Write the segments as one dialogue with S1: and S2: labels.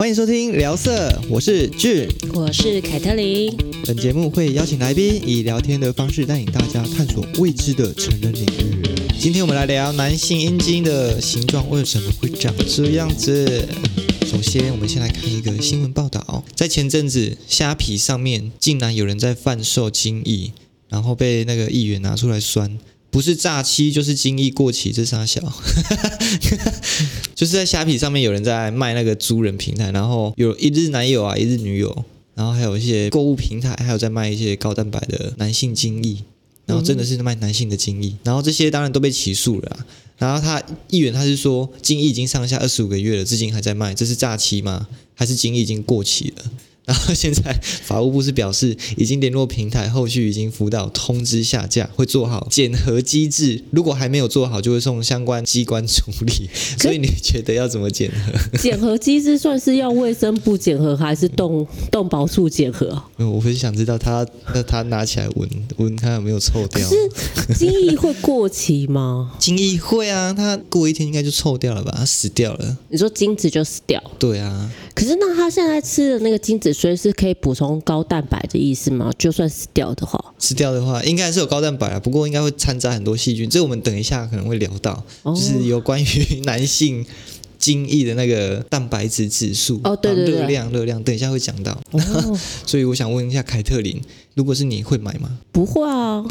S1: 欢迎收听聊色，我是志。
S2: 我是凯特琳，
S1: 本节目会邀请来宾以聊天的方式带领大家探索未知的成人领域。今天我们来聊男性阴茎的形状为什么会长这样子。首先，我们先来看一个新闻报道，哦在前阵子虾皮上面竟然有人在贩售精液，然后被那个议员拿出来酸。不是诈欺就是精益过期，这傻小。 就是在虾皮上面有人在卖那个租人平台，然后有一日男友啊，一日女友，然后还有一些购物平台，还有在卖一些高蛋白的男性精液，然后真的是卖男性的精液，然后这些当然都被起诉了啊、然后他议员他是说，精液已经上下二十五个月了，至今还在卖，这是诈欺吗？还是精液已经过期了？然后现在法务部是表示，已经联络平台，后续已经辅导通知下架，会做好检核机制。如果还没有做好，就会送相关机关处理。 所以你觉得要怎么检核？
S2: 检核机制算是要卫生部检核还是动动保处检核？
S1: 没有我很想知道他那他拿起来闻闻他有没有臭掉。
S2: 是精液会过期吗？
S1: 精液会啊，他过一天应该就臭掉了吧？他死掉了。
S2: 你说精子就死掉，
S1: 对啊，
S2: 可是那他现在吃的那个精子虽是可以补充高蛋白的意思吗？就算死掉的话，
S1: 死掉的话应该还是有高蛋白啊，不过应该会掺杂很多细菌。这我们等一下可能会聊到，
S2: 哦
S1: 就是有关于男性精液的那个蛋白质指数
S2: 哦对对
S1: 啊
S2: 对
S1: 热量热量，等一下会讲到。
S2: 哦、
S1: 所以我想问一下凯特琳，如果是你会买吗？
S2: 不会啊。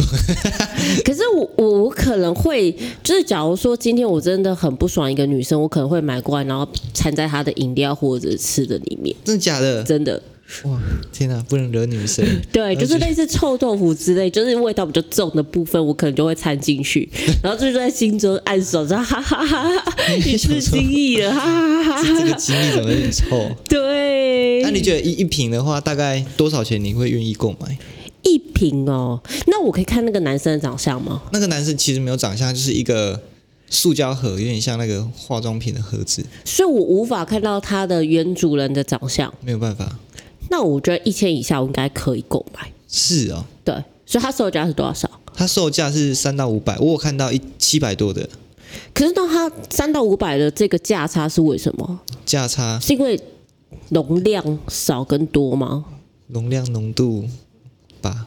S2: 可是我我我可能会，就是假如说今天我真的很不爽一个女生，我可能会买过来，然后掺在她的饮料或者吃的里面，
S1: 真的假的？
S2: 真的。
S1: 哇，天哪、不能惹女生。
S2: 对，就
S1: 而
S2: 是
S1: 且
S2: 类似臭豆腐之类，就是味道比较重的部分，我可能就会掺进去，然后就是在心中暗爽，说哈哈哈哈，你是精益了，哈哈哈哈。
S1: 这个精液怎么有点 臭？
S2: 对，
S1: 那你觉得一一瓶的话，大概多少钱你会愿意购买？
S2: 一瓶哦，那我可以看那个男生的长相吗？
S1: 那个男生其实没有长相，就是一个塑胶盒，有点像那个化妆品的盒子，
S2: 所以我无法看到他的原主人的长相。
S1: 没有办法。
S2: 那我觉得一千以下我应该可以购买。
S1: 是哦，
S2: 对，所以他售价是多少？
S1: 它售价是三到五百，我有看到一七百多的
S2: 可是那他三到五百的这个价差是为什么？
S1: 价差，
S2: 是因为容量少跟多吗？
S1: 容量浓度吧。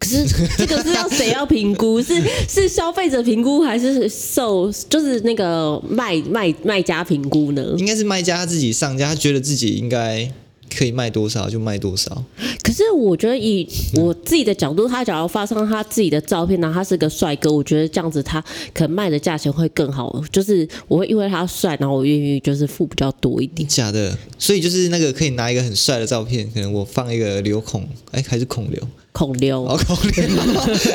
S2: 可是这个是要谁要评估？是 是消费者评估还是受就是那个卖卖卖家评估呢？
S1: 应该是卖家他自己上架，他觉得自己应该可以卖多少就卖多少。
S2: 可是我觉得以我自己的角度，他假如发上他自己的照片，然后他是个帅哥，我觉得这样子他可能卖的价钱会更好。就是我会因为他帅，然后我愿意就是付比较多一点。
S1: 假的，所以就是那个可以拿一个很帅的照片，可能我放一个流孔，哎，还是孔流，
S2: 孔刘，
S1: 哦，孔流，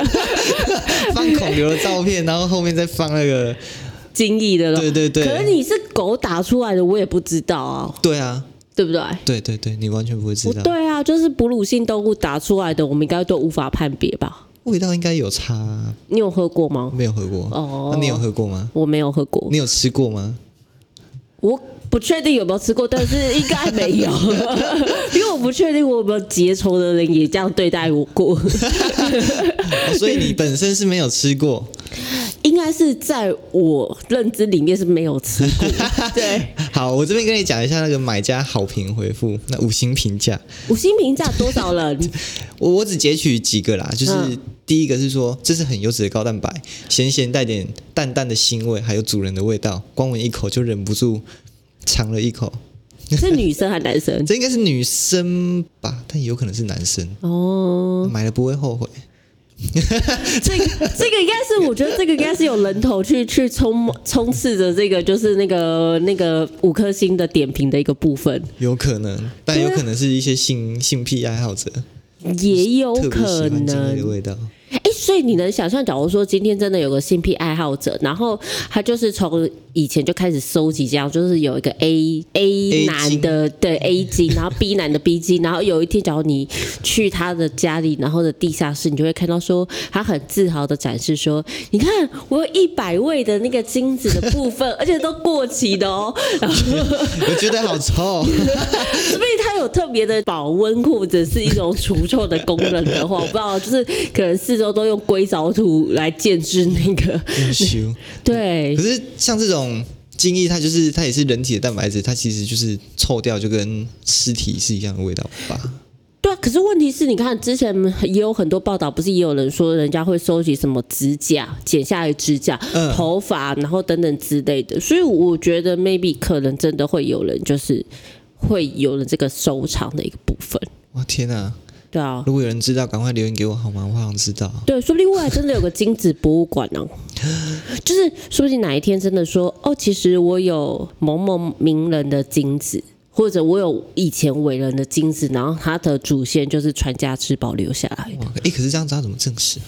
S1: 放孔流的照片，然后后面再放那个，
S2: 精益的
S1: 对
S2: 了。
S1: 对
S2: 啊可是
S1: 对，
S2: 你是狗打出来的，我也不知道啊，
S1: 对啊，
S2: 对不对？
S1: 对对对，你完全不会知
S2: 不
S1: 道，
S2: 对啊，就是哺乳性动物打出来的，我们应该都无法判别吧？
S1: 味道应该有差啊，
S2: 你有喝过吗？
S1: 没有喝过，啊
S2: 哦
S1: 那你有喝过吗？
S2: 我没有喝过，
S1: 你有吃过吗？
S2: 我不确定有没有吃过，但是应该没 有，因为我不确定我有没有结仇的人也这样对待我 过。
S1: 哦 所以你本身是没有吃过，
S2: 应该是在我认知里面是没有吃过。 对，
S1: 好，我这边跟你讲一下那个买家好评回复，那五星评价，
S2: 五星评价多少 人？
S1: 我我只截取几个啦，就是
S2: 嗯
S1: 第一个是说这是很优质的高蛋白，咸咸带点淡淡的腥味，还有主人的味道，光闻一口就忍不住尝了一口。
S2: 是女生还是男生？
S1: 这应该是女生吧，但也有可能是男生，
S2: 哦，
S1: 买了不会后悔。
S2: 这个这个应该是，我觉得这个应该是有人头去去充充斥着这个，就是那个那个五颗星的点评的一个部分，
S1: 有可能，但有可能是一些性性癖爱好者
S2: 也有
S1: 特别喜
S2: 嗯可
S1: 欢精
S2: 能
S1: 力的味道。
S2: 哎，所以你能想象，假如说今天真的有个性癖爱好者，然后他就是从以前就开始收集这样，就是有一个 A
S1: A
S2: A 男的对 A 精，然后 B 男的 B 精，然后有一天，假如你去他的家里，然后的地下室，你就会看到说他很自豪的展示说，你看我有一百位的那个精子的部分，而且都过期的哦，然后
S1: 我觉得好 臭，
S2: 说不定它有特别的保温或者是一种除臭的功能的话，我不知道，就是可能四周都用硅藻土来建制那个。
S1: 羞。
S2: 对
S1: 可，是像这种精液它就是它也是人体的蛋白质，它其实就是臭掉就跟尸体是一样的味道吧？
S2: 对啊，可是问题是，你看之前也有很多报道，不是也有人说人家会收集什么指甲、剪下来指甲、
S1: 嗯
S2: 头发，然后等等之类的。所以我觉得 maybe 可能真的会有人就是会有了这个收藏的一个部分，
S1: 哇天哪、
S2: 对啊。
S1: 如果有人知道，赶快留言给我好吗？我好想知道。
S2: 对，说不定未来真的有个精子博物馆 哦，就是说不定哪一天真的说哦，其实我有某某名人的精子，或者我有以前伟人的精子，然后他的祖先就是传家之宝留下来的。
S1: 哇，哎、可是这样子要怎么证实？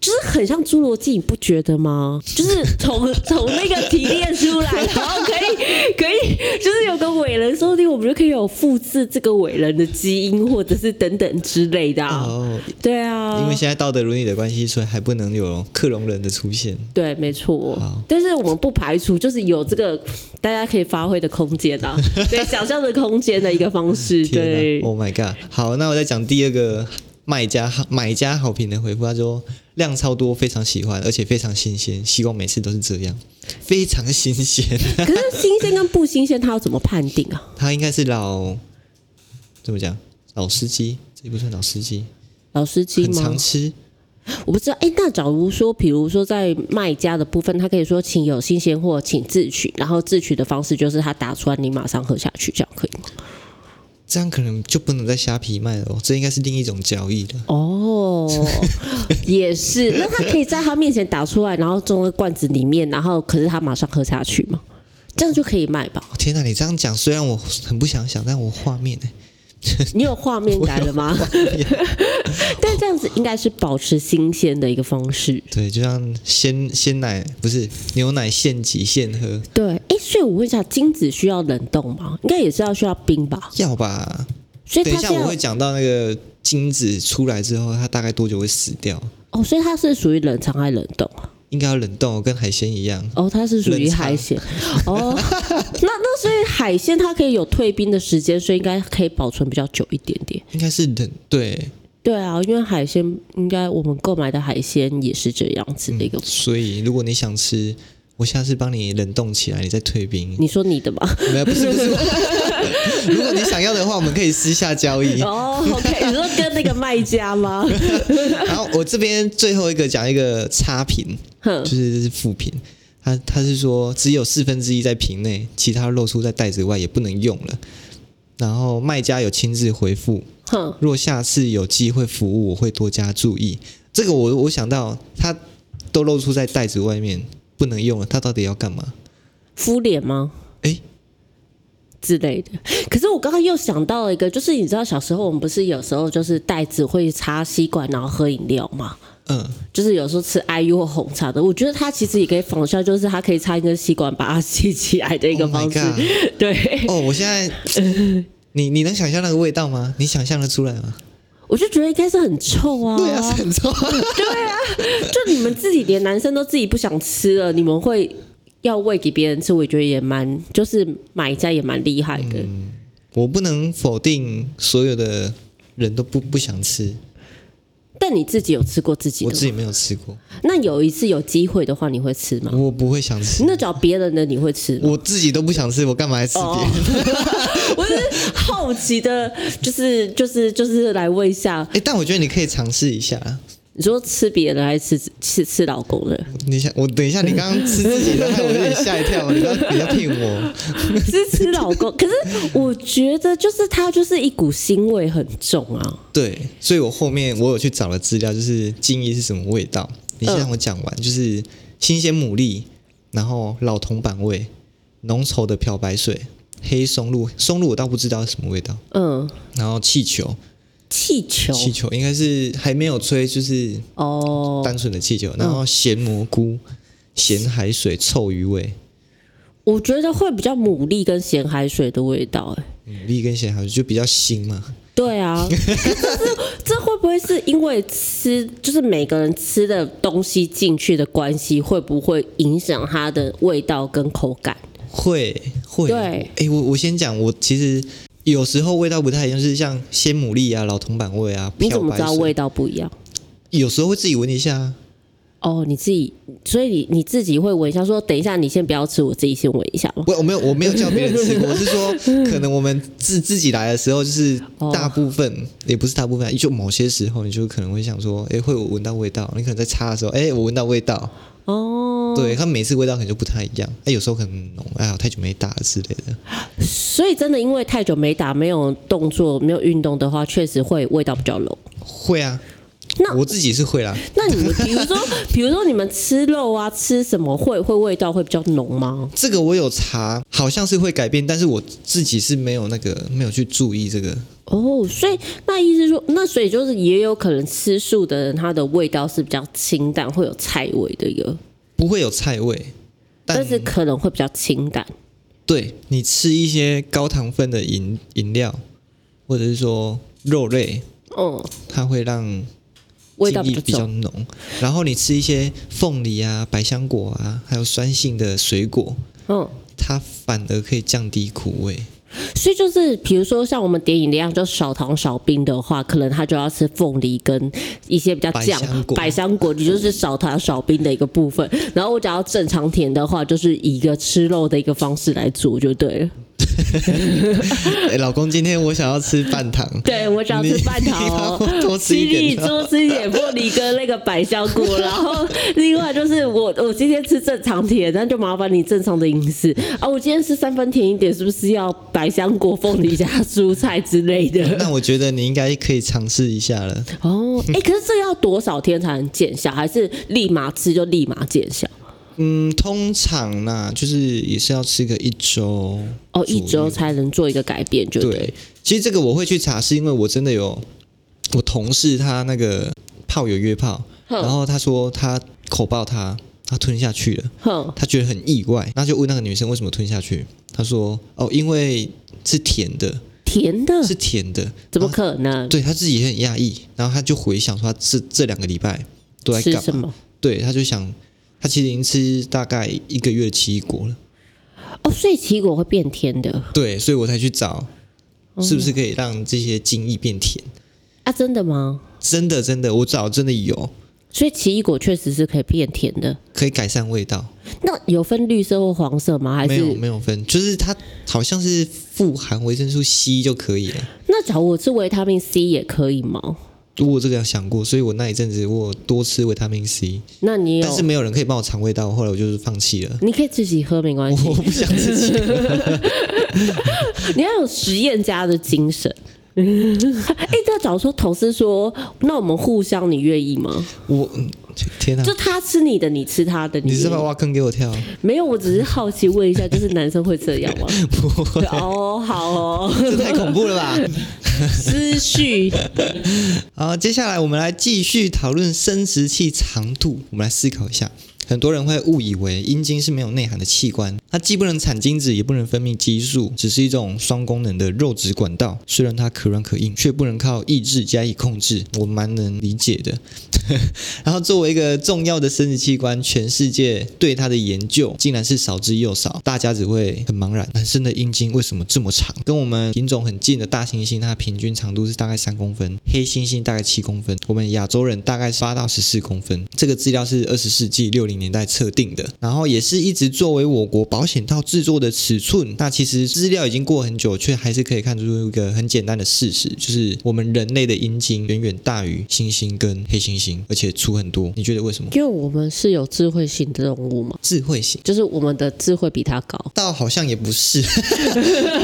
S2: 就是很像侏罗纪，你不觉得吗？就是从 从那个提炼出来，然后可以可以，就是有个伟人，说不定我们就可以有复制这个伟人的基因，或者是等等之类的、啊。
S1: 哦，
S2: 对
S1: 因
S2: 啊
S1: 为，现在道德伦理的关系，所以还不能有克隆人的出现。
S2: 对，没错
S1: 好。
S2: 但是我们不排除，就是有这个大家可以发挥的空 间啊，对，想象的空间的一个方式。
S1: 天
S2: 对
S1: 哪，，Oh my god！好，那我再讲第二个卖家买家好评的回复，他说量超多，非常喜欢，而且非常新鲜，希望每次都是这样，非常新鲜。
S2: 可是新鲜跟不新鲜，它要怎么判定啊？
S1: 他应该是老怎么讲？老司机，这不算老司机，
S2: 老司机
S1: 很
S2: 吗？
S1: 常吃。
S2: 我不知道，哎，那假如说，比如说在卖家的部分，他可以说请有新鲜货，请自取，然后自取的方式就是他打出来，你马上喝下去，这样可以吗？
S1: 这样可能就不能在虾皮卖了哦，这应该是另一种交易了。
S2: 哦， 也是，那他可以在他面前打出来，然后装在罐子里面，然后可是他马上喝下去吗？这样就可以卖吧？
S1: 哦天哪，你这样讲，虽然我很不想想，但我画面哎、
S2: 你有画面感了吗？ 但这样子应该是保持新鲜的一个方式。
S1: 对，就像鲜鲜奶不是牛奶现挤现喝，
S2: 对，哎，所以我问一下，精子需要冷冻吗？应该也是要需要冰吧？
S1: 要吧？
S2: 所以
S1: 等一
S2: 它
S1: 下
S2: 是
S1: 我
S2: 要
S1: 会讲到那个精子出来之后，它大概多久会死掉？
S2: 哦，所以它是属于冷藏还是冷冻啊？
S1: 应该要冷冻哦，跟海鲜一样。
S2: 哦，它是属于海鲜。哦，那那所以海鲜它可以有退冰的时间，所以应该可以保存比较久一点点。
S1: 应该是冷对，
S2: 对啊，因为海鲜应该我们购买的海鲜也是这样子的一个。
S1: 所以如果你想吃，我下次帮你冷冻起来，你再退冰。
S2: 你说你的 吧？
S1: 没有，不是不是。如果你想要的话，我们可以私下交易。
S2: 哦，OK，你说跟那个卖家吗？
S1: 然后我这边最后一个讲一个差评，
S2: 哼
S1: 就，是这是副评。他他是说只有四分之一在瓶内，其他露出在袋子外也不能用了。然后卖家有亲自回复，
S2: 哼，
S1: 若下次有机会服务，我会多加注意。这个我我想到，它都露出在袋子外面，不能用了，它到底要干嘛？
S2: 敷脸吗？
S1: 诶，
S2: 之类的。可是我刚刚又想到了一个，就是你知道小时候我们不是有时候就是袋子会插吸管然后喝饮料吗？
S1: 嗯，
S2: 就是有时候吃 IU 或红茶的，我觉得它其实也可以仿效，就是它可以插一根吸管把它吸起来的一个
S1: Oh my
S2: 方式。
S1: God
S2: 对，
S1: 哦，我现在，你你能想象那个味道吗？你想象得出来吗？
S2: 我就觉得应该是很臭啊。
S1: 对啊，是很臭。
S2: 就你们自己连男生都自己不想吃了，你们会要喂给别人吃，我觉得也蛮，就是买家也蛮厉害的。
S1: 嗯我不能否定所有的人都不不想吃，
S2: 但你自己有吃过自己
S1: 我
S2: 的
S1: 自
S2: 吗？
S1: 己没有吃过，
S2: 那有一次有机会的话，你会吃吗？
S1: 我不会想吃，
S2: 那找别人的你会吃吗？
S1: 我自己都不想吃，我干嘛还吃别人？
S2: 哦我只是好奇的，就是就是就是来问一下，
S1: 哎、但我觉得你可以尝试一下。
S2: 你说吃别人还是吃吃吃老公的？
S1: 你想我等一下，你刚刚吃自己的，害我有点吓一 跳。你不要你不要骗我，
S2: 是吃老公，可是我觉得就是它就是一股腥味很重啊。
S1: 对，所以我后面我有去找了资料，就是精液是什么味道。你先
S2: 嗯
S1: 让我讲完，就是新鲜牡蛎，然后老铜板味，浓稠的漂白水，黑松露，松露我倒不知道是什么味道，
S2: 嗯，
S1: 然后气球，
S2: 气球
S1: 气球应该是还没有吹，就是
S2: 哦，
S1: 单纯的气球，然后咸蘑菇、咸海水、臭鱼味，
S2: 我觉得会比较牡蛎跟咸海水的味道、哎，
S1: 牡蛎嗯跟咸海水就比较腥嘛。
S2: 对啊，可是这这会不会是因为吃，就是每个人吃的东西进去的关系，会不会影响它的味道跟口感？
S1: 会会，
S2: 对
S1: 哎、我我先讲，我其实有时候味道不太一样，就是像鲜牡蛎啊、老铜板味啊、
S2: 你
S1: 漂
S2: 怎么
S1: 白
S2: 知道
S1: 水，
S2: 味道不一样？
S1: 有时候会自己闻一下啊，
S2: 哦，你自己，所以你你自己会闻一下，说等一下你先不要吃，我自己先闻一下吗？
S1: 我我没有我没有叫别人吃过， 我是说可能我们自自己来的时候，就是
S2: 哦
S1: 大部分、也不是大部分，就某些时候你就可能会想说，哎、会有闻到味道，你可能在擦的时候，哎、我闻到味道，
S2: 哦，
S1: 对，它每次味道可能就不太一样，哎、有时候可能浓，哎呀，太久没打了之类的，
S2: 所以真的因为太久没打、没有动作、没有运动的话，确实会味道比较浓。
S1: 会啊，
S2: 那
S1: 我自己是会啦，
S2: 那你们比如 说，比如说你们吃肉啊，吃什么会会味道会比较浓吗？
S1: 这个我有查，好像是会改变，但是我自己是没有那个没有去注意这个，
S2: 哦，所以那意思说，那所以就是也有可能吃素的人，他的味道是比较清淡，会有菜味的有，
S1: 不会有菜味，但
S2: 但是可能会比较清淡。
S1: 对你吃一些高糖分的饮饮料，或者是说肉类，
S2: 嗯，
S1: 它会让
S2: 味道
S1: 精
S2: 比
S1: 液
S2: 较
S1: 比较
S2: 重。
S1: 浓。然后你吃一些凤梨啊、百香果啊，还有酸性的水果，
S2: 嗯，
S1: 它反而可以降低苦味。
S2: 所以就是比如说像我们点饮料就少糖少冰的话，可能他就要吃凤梨跟一些比较酱
S1: 百香果
S2: 百香果，你就是少糖少冰的一个部分。然后我只要正常甜的话，就是以一个吃肉的一个方式来做就对了。
S1: 哎，老公，今天我想要吃半糖，
S2: 对我只要吃
S1: 你
S2: 半糖
S1: 你
S2: 哦
S1: 帮我，多吃一
S2: 西
S1: 点
S2: 力多吃一点凤梨跟那个百香果，然后另外就是我我今天吃正常甜，那就麻烦你正常的饮食啊。我今天吃三分甜一点，是不是要百香果、凤梨加蔬菜之类的？
S1: 那我觉得你应该可以尝试一下了。
S2: 哦，哎、可是这个要多少天才能见效？还是立马吃就立马见效？
S1: 嗯，通常啦，就是也是要吃个一周。
S2: 哦，一周才能做一个改变，就对。
S1: 对，其实这个我会去查，是因为我真的有我同事他那个炮友约炮，
S2: 哼
S1: 然后他说他口爆他，他吞下去了，
S2: 哼，
S1: 他觉得很意外，那就问那个女生为什么吞下去，他说哦，因为是甜的，
S2: 甜的
S1: 是啊甜的，
S2: 怎么
S1: 然后
S2: 可能？
S1: 对他自己也很讶异，然后他就回想说他这这两个礼拜都在
S2: 吃
S1: 干
S2: 什
S1: 嘛，
S2: 么？
S1: 对，他就想他其实已经吃大概一个月的奇异果了，
S2: 哦，所以奇异果会变甜的
S1: 对，所以我才去找。
S2: 哦
S1: 是不是可以让这些精液变甜？
S2: 啊？真的吗？
S1: 真的真的，我找真的有
S2: 所以奇异果确实是可以变甜的。
S1: 可以改善味道，
S2: 那有分绿色或黄色吗？还
S1: 没有
S2: 是
S1: 没有分，就是它好像是富含维生素 C 就可以了。
S2: 那假如我吃维他命 C 也可以吗？
S1: 我有这个有想过，所以我那一阵子我有多吃维他命 C，
S2: 那你有
S1: 但？是没有人可以帮我尝味道，后来我就是放弃了。
S2: 你可以自己喝，没关系。
S1: 我不想自己，
S2: 你要有实验家的精神。 哎、那假如说同事说，那我们互相，你愿意吗？
S1: 我嗯天哪、
S2: 就他吃你的，你吃他的，你
S1: 你是不
S2: 愿
S1: 是要
S2: 意
S1: 挖坑给我跳？
S2: 没有？我只是好奇问一下，就是男生会这样吗？哦，好哦，
S1: 这太恐怖了吧！
S2: 思绪
S1: 好，接下来我们来继续讨论生殖器长度。我们来思考一下，很多人会误以为阴茎是没有内涵的器官，它既不能产精子，也不能分泌激素，只是一种双功能的肉质管道。虽然它可软可硬，却不能靠意志加以控制，我蛮能理解的。然后作为一个重要的生殖器官，全世界对它的研究竟然是少之又少，大家只会很茫然。男生的阴茎为什么这么长？跟我们品种很近的大猩猩，它平均长度是大概三公分，黑猩猩大概七公分，我们亚洲人大概八到十四公分。这个资料是二十世纪六零年代测定的，然后也是一直作为我国保险套制作的尺寸。那其实资料已经过很久，却还是可以看出一个很简单的事实，就是我们人类的阴茎远远大于猩猩跟黑猩猩，而且粗很多。你觉得为什么？
S2: 因为我们是有智慧型的动物嘛，
S1: 智慧型
S2: 就是我们的智慧比他高。
S1: 倒好像也不是，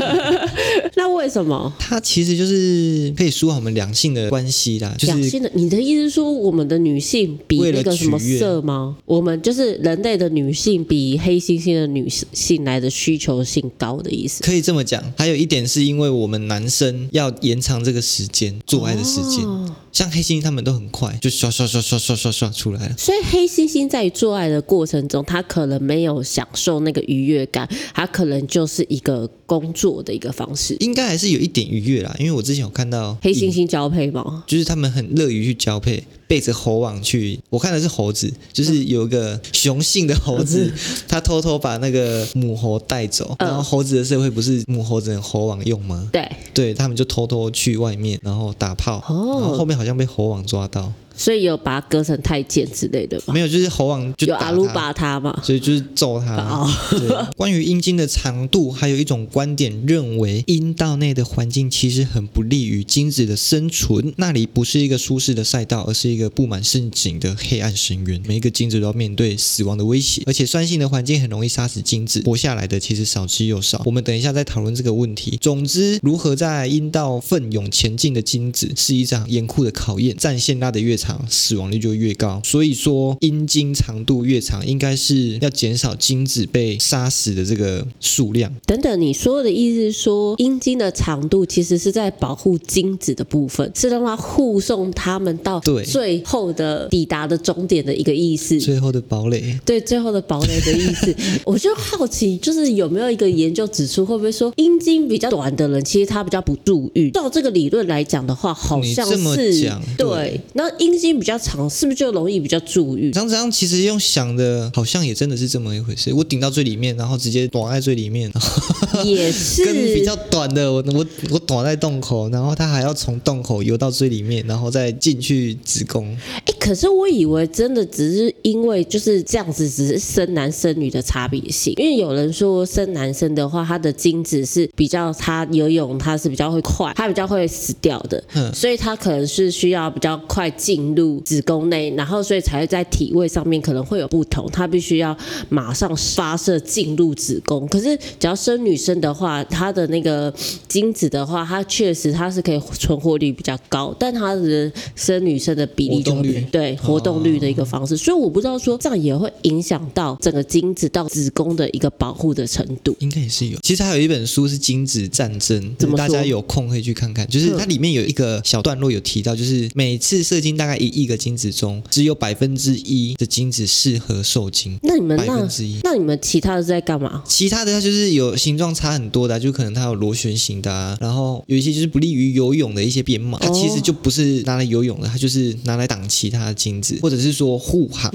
S2: 那为什么？
S1: 它其实就是可以说好我们两性的关系啦，就
S2: 两
S1: 是
S2: 性的，你的意思是说我们的女性比
S1: 为了
S2: 那个什么
S1: 取悦
S2: 色吗？我们就是人类的女性比黑猩猩的女性来的需求性高的意思。
S1: 可以这么讲。还有一点是因为我们男生要延长这个时间做爱的时间，
S2: 哦
S1: 像黑猩猩他们都很快，就刷刷刷刷刷刷刷出来了。
S2: 所以黑猩猩在做爱的过程中，它可能没有享受那个愉悦感，它可能就是一个工作的一个方式。
S1: 应该还是有一点愉悦啦，因为我之前有看到
S2: 黑猩
S1: 影，
S2: 猩交配吗？
S1: 就是他们很乐于去交配，背着猴网去。我看的是猴子，就是有一个雄性的猴子，它偷偷把那个母猴带走。
S2: 嗯
S1: 然后猴子的社会不是母猴子有猴网用吗？
S2: 对，
S1: 对他们就偷偷去外面，然后打炮，
S2: 哦
S1: 然后后面好像被猴网抓到，
S2: 所以有把它割成太监之类的吧？
S1: 没有，就是猴王就
S2: 有
S1: 打
S2: 阿鲁
S1: 他
S2: 巴他嘛？
S1: 所以就是揍他。
S2: 哦，
S1: 对，关于阴茎的长度，还有一种观点认为，阴道内的环境其实很不利于精子的生存，那里不是一个舒适的赛道，而是一个布满陷阱的黑暗深渊。每一个精子都要面对死亡的威胁，而且酸性的环境很容易杀死精子，活下来的其实少之又少。我们等一下再讨论这个问题。总之，如何在阴道奋勇前进的精子，是一场严酷的考验，战线拉得越长，死亡率就越高。所以说，阴茎长度越长，应该是要减少精子被杀死的这个数量。
S2: 等等，你说的意思是说，阴茎的长度其实是在保护精子的部分，是让它护送它们到
S1: 对
S2: 最后的抵达的终点的一个意思。
S1: 最后的堡垒，
S2: 对最后的堡垒的意 思，我就好奇，就是有没有一个研究指出，会不会说阴茎比较短的人，其实他比较不注意？照这个理论来讲的话，好像
S1: 你这么
S2: 是
S1: 讲
S2: 对
S1: 对。
S2: 那阴茎比较长，是不是就容易比较注意？
S1: 常常其实用想的，好像也真的是这么一回事。我顶到最里面，然后直接躲在最里面，然后
S2: 也是
S1: 跟比较短的，我我我躲在洞口，然后它还要从洞口游到最里面，然后再进去子宫。
S2: 哎、可是我以为真的只是因为就是这样子，只是生男生女的差别性。因为有人说生男生的话，他的精子是比较他游泳，他是比较会快，他比较会死掉的，
S1: 嗯
S2: 所以他可能是需要比较快进入子宫内，然后所以才会在体位上面可能会有不同，他必须要马上发射进入子宫。可是只要生女生的话，她的那个精子的话，它确实它是可以存活率比较高，但它的生女生的比例就
S1: 活动
S2: 会
S1: 率
S2: 对活动率的一个方式，所以我不知道说这样也会影响到整个精子到子宫的一个保护的程度。
S1: 应该也是有。其实还有一本书是《精子战争》，
S2: 怎么说
S1: 大
S2: 嗯
S1: 家有空可以去看看。就是它里面有一个小段落有提到，就是每次射精大概一亿个精子中，只有百分之一的精子适合受精，
S2: 那你们
S1: 百
S2: 那
S1: 分之一。
S2: 那你们其他的是在干嘛？
S1: 其他的它就是有形状差很多的啊、就可能它有螺旋形的、啊，然后有一些就是不利于游泳的一些编码，它其实就不是拿来游泳的，它就是拿来挡其他的精子，或者是说护航。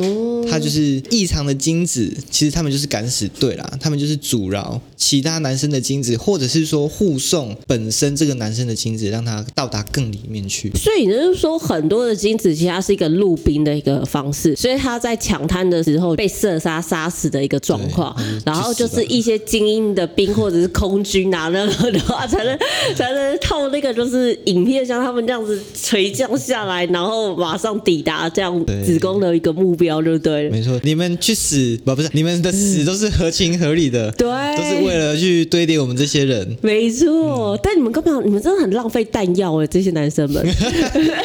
S1: 它就是异常的精子，其实他们就是敢死队啦，他们就是阻挠其他男生的精子，或者是说护送本身这个男生的精子，让他到达更里面去。
S2: 所以你就是说，很多的精子其实它是一个入冰的一个方式，所以它在抢滩的时候被射杀杀死的一个状况
S1: 对嗯，
S2: 然后就是一些精英的兵或者是空军啊，那个的话才能才能透那个就是影片像他们这样子垂降下来，然后马上抵达这样
S1: 对
S2: 子宫的一个目标，就对了。
S1: 没错，你们去死不不是你们的死都是合情合理的，
S2: 对
S1: 都是为了嗯去堆叠我们这些人。
S2: 没错，但你们根本你们真的很浪费弹药哎，这些男生 们，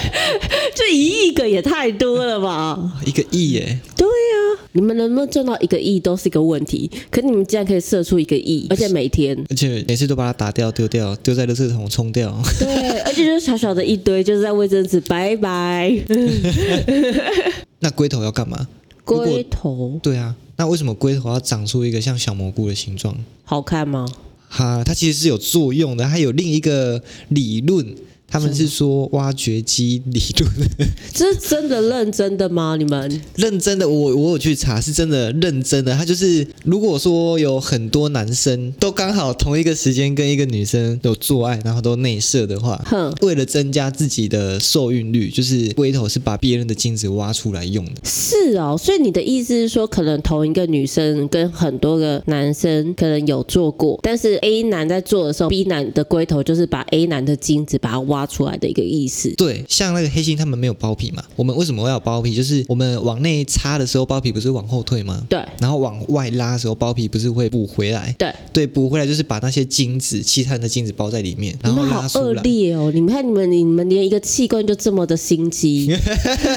S2: 这一亿个也太多了吧？
S1: 一个亿耶！。
S2: 对呀、你们能不能赚到一个亿都是一个问题，可你们竟然可以射出一个 亿，而且每天
S1: 而且每次都把它打掉、丢掉，丢在垃圾桶冲掉。
S2: 对， 而且就是小小的一堆，就是在卫生纸，拜拜。
S1: 那龟头要干嘛？如
S2: 龟
S1: 果
S2: 头
S1: 对啊，那为什么龟头要长出一个像小蘑菇的形状？
S2: 好看吗？
S1: 哈，它其实是有作用的，它有另一个理论，他们是说挖掘机理论。
S2: 这是真的认真的吗？你们
S1: 认真的，我我有去查，是真的认真的。它就是如果说有很多男生都刚好同一个时间跟一个女生有做爱，然后都内射的 话，
S2: 哼
S1: 为了增加自己的受孕率，就是龟头是把别人的精子挖出来用的。
S2: 是哦，所以你的意思是说，可能同一个女生跟很多个男生可能有做过，但是 A 男在做的时候，B 男的龟头就是把 A 男的精子把它挖出来的一个意思。
S1: 对，像那个黑心他们没有包皮嘛，我们为什么要有包皮？就是我们往内插的时候，包皮不是往后退吗？
S2: 对
S1: 然后往外拉的时候，包皮不是会补回来？
S2: 对，
S1: 对，补回来就是把那些精子、其他人的精子包在里面，然后
S2: 你们
S1: 拉
S2: 好
S1: 出
S2: 恶
S1: 来。
S2: 劣哦！你们看你们，你们连一个器官就这么的心机，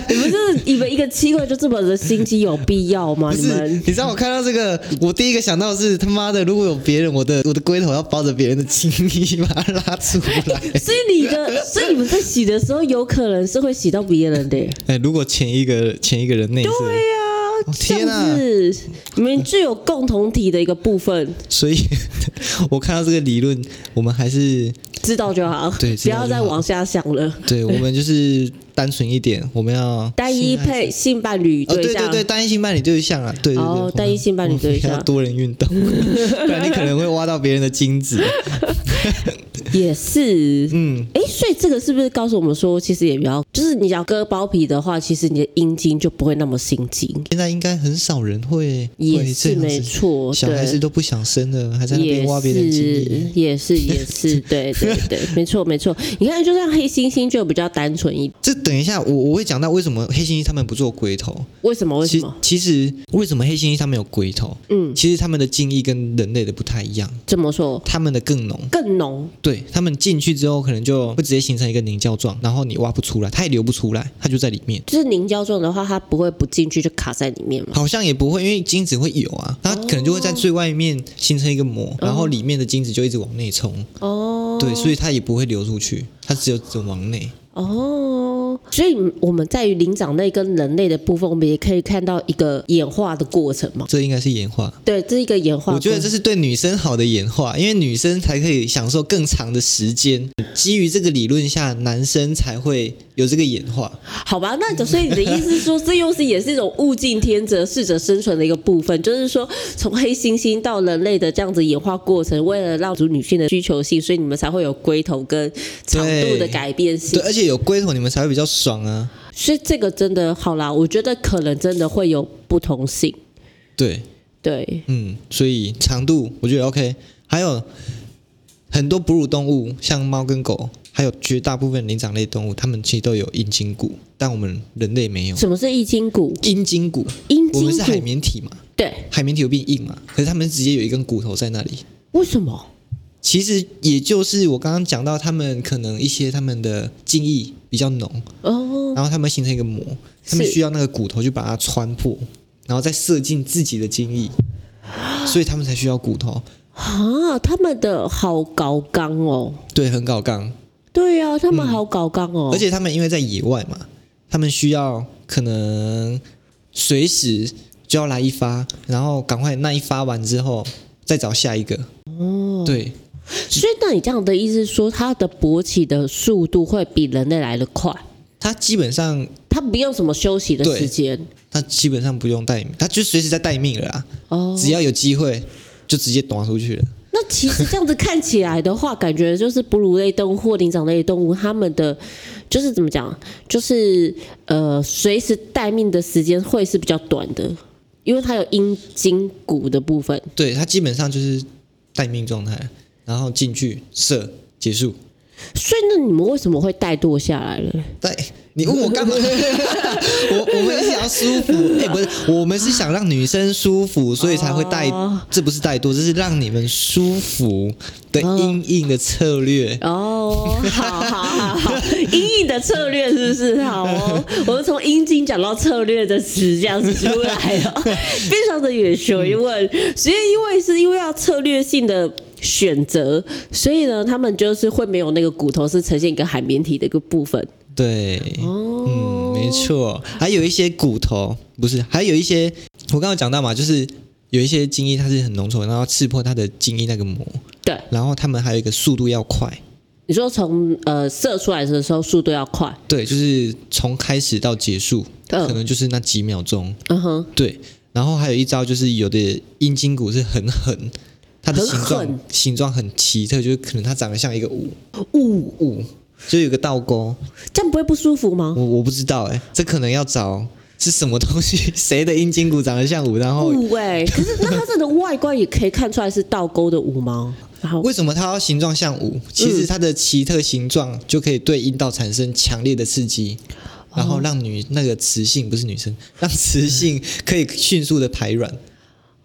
S2: 你们真的，你们一个器官就这么的心机，有必要吗？
S1: 不
S2: 你
S1: 是，
S2: 们
S1: 你知道我看到这个，我第一个想到的是他妈的，如果有别人，我的我的龟头要包着别人的精力 把它拉出来。
S2: 所以你的，所以你们在洗的时候，有可能是会洗到别人的耶。
S1: 哎，如果前一个前一个人内射，
S2: 对呀、
S1: 哦
S2: 这
S1: 天
S2: 样
S1: 啊
S2: 子，你们具有共同体的一个部分。
S1: 所以我看到这个理论，我们还是
S2: 知道就好，
S1: 对
S2: 不
S1: 知道就
S2: 要
S1: 好
S2: 再往下想了。
S1: 对我们就是单纯一点，我们要
S2: 单一
S1: 性爱
S2: 配性伴侣
S1: 哦，对
S2: 象，
S1: 对对，单一性伴侣对象啊，对对对，
S2: 哦
S1: 我们
S2: 单一性伴侣对象
S1: 我们要多人 运动，不然你可能会挖到别人的精子。
S2: 也是。
S1: 嗯，
S2: 哎，所以这个是不是告诉我们说，其实也比较，就是你要割包皮的话，其实你的阴茎就不会那么心惊，
S1: 现在应该很少人会
S2: 也
S1: 会这
S2: 是
S1: 样
S2: 没
S1: 子，
S2: 错，
S1: 小孩子
S2: 对。
S1: 都不想生了，还在那
S2: 也
S1: 边挖别人的精液
S2: 是，也是，也是， 对对对，没错没错。你看，就像黑猩猩就比较单纯一，
S1: 这等一下，我我会讲到为什么黑猩猩他们不做龟头。
S2: 为什么？为什
S1: 其
S2: 么？
S1: 其实为什么黑猩猩他们有龟头？
S2: 嗯，
S1: 其实他们的精液跟人类的不太一样，
S2: 怎么说？
S1: 他们的更浓。
S2: 更浓
S1: 对他们进去之后，可能就会直接形成一个凝胶状，然后你挖不出来，它也流不出来，它就在里面。
S2: 就是凝胶状的话，它不会不进去就卡在里面嘛。
S1: 好像也不会，因为精子会有啊，它可能就会在最外面形成一个膜，然后里面的精子就一直往内冲，
S2: 哦，
S1: 对，所以它也不会流出去，它只有只往内。
S2: 哦，所以我们在于灵长类跟人类的部分，我们也可以看到一个演化的过程嘛。
S1: 这应该是演化，
S2: 对，这是一个演化
S1: 我
S2: 过程。
S1: 觉得这是对女生好的演化，因为女生才可以享受更长的时间。基于这个理论下，男生才会有这个演化。
S2: 好吧，那就所以你的意思是说，这又是也是一种物竞天择、适者生存的一个部分，就是说从黑猩猩到人类的这样子演化过程，为了让足女性的需求性，所以你们才会有龟头跟长度的
S1: 对
S2: 改变
S1: 对，
S2: 性。
S1: 而且有龟头你们才会比较爽啊。
S2: 所以这个真的好啦，我觉得可能真的会有不同性。
S1: 对，
S2: 对，
S1: 嗯，所以长度我觉得 OK，还有很多哺乳动物，像猫跟狗，还有绝大部分灵长类动物，它们其实都有阴茎骨，但我们人类没有
S2: 什么是易筋骨？
S1: 阴茎骨。
S2: 阴
S1: 我
S2: 茎
S1: 们是海
S2: 骨？
S1: 绵体嘛，
S2: 对，
S1: 海绵体有变硬嘛，可是它们直接有一根骨头在那里。
S2: 为什么？
S1: 其实也就是我刚刚讲到，它们可能一些它们的精液比较浓，
S2: 哦，
S1: 然后它们形成一个膜，它们
S2: 是
S1: 需要那个骨头去把它穿破，然后再射进自己的精液，所以它们才需要骨头。
S2: 啊，他们的好高刚哦。
S1: 对，很搞刚。
S2: 对啊，他们好高刚哦。
S1: 嗯而且他们因为在野外嘛，他们需要可能随时就要来一发，然后赶快那一发完之后再找下一个。哦，对，
S2: 所以，那你这样的意思是说，它的勃起的速度会比人类来得快，
S1: 他基本上
S2: 它不用什么休息的时间
S1: 他基本上不用待命，他就随时在待命了啦。
S2: 哦。
S1: 只要有机会就直接躲出去了。
S2: 那其实这样子看起来的话，感觉就是哺乳类动物或灵长类动物，它们的就是怎么讲，就是呃，随时待命的时间会是比较短的，因为它有阴茎骨的部分。
S1: 对他基本上就是待命状态，然后进去射结束。
S2: 所以，那你们为什么会怠惰下来了？
S1: 对，你问我干 嘛？我我们是想要舒服，哎、不是，我们是想让女生舒服，所以才会带，
S2: 哦
S1: 这不是带多，这是让你们舒服的阴影的策略。
S2: 哦，好好好好，阴影的策略是不是好哦？我们从阴茎讲到策略的词这样子出来了，非常的有学问。所以因为是因为要策略性的选择，所以呢，他们就是会没有那个骨头是呈现一个海绵体的一个部分。
S1: 对，
S2: 哦
S1: 嗯，没错，还有一些骨头，不是，还有一些，我刚刚有讲到嘛，就是有一些精液它是很浓稠，然后刺破它的精液那个膜，
S2: 对，
S1: 然后他们还有一个速度要快，
S2: 你说从呃射出来的时候速度要快，
S1: 对，就是从开始到结束，
S2: 嗯
S1: 可能就是那几秒钟。
S2: 嗯哼，
S1: 对，然后还有一招就是有的阴茎骨是很狠，它的
S2: 很
S1: 形状
S2: 狠
S1: 形状很奇特，就是可能它长得像一个五
S2: 呜，
S1: 五，就有个倒钩，
S2: 这样不会不舒服吗？
S1: 我我不知道哎、这可能要找是什么东西， 谁的阴茎骨长得像五，然后。
S2: 呜哎、可是那它这个外观也可以看出来是倒钩的五毛，然后
S1: 为什么它要形状像五？其实它的奇特形状就可以对阴道产生强烈的刺激，然
S2: 哦
S1: 后让女那个雌性不是女生，让雌性可以迅速的排卵。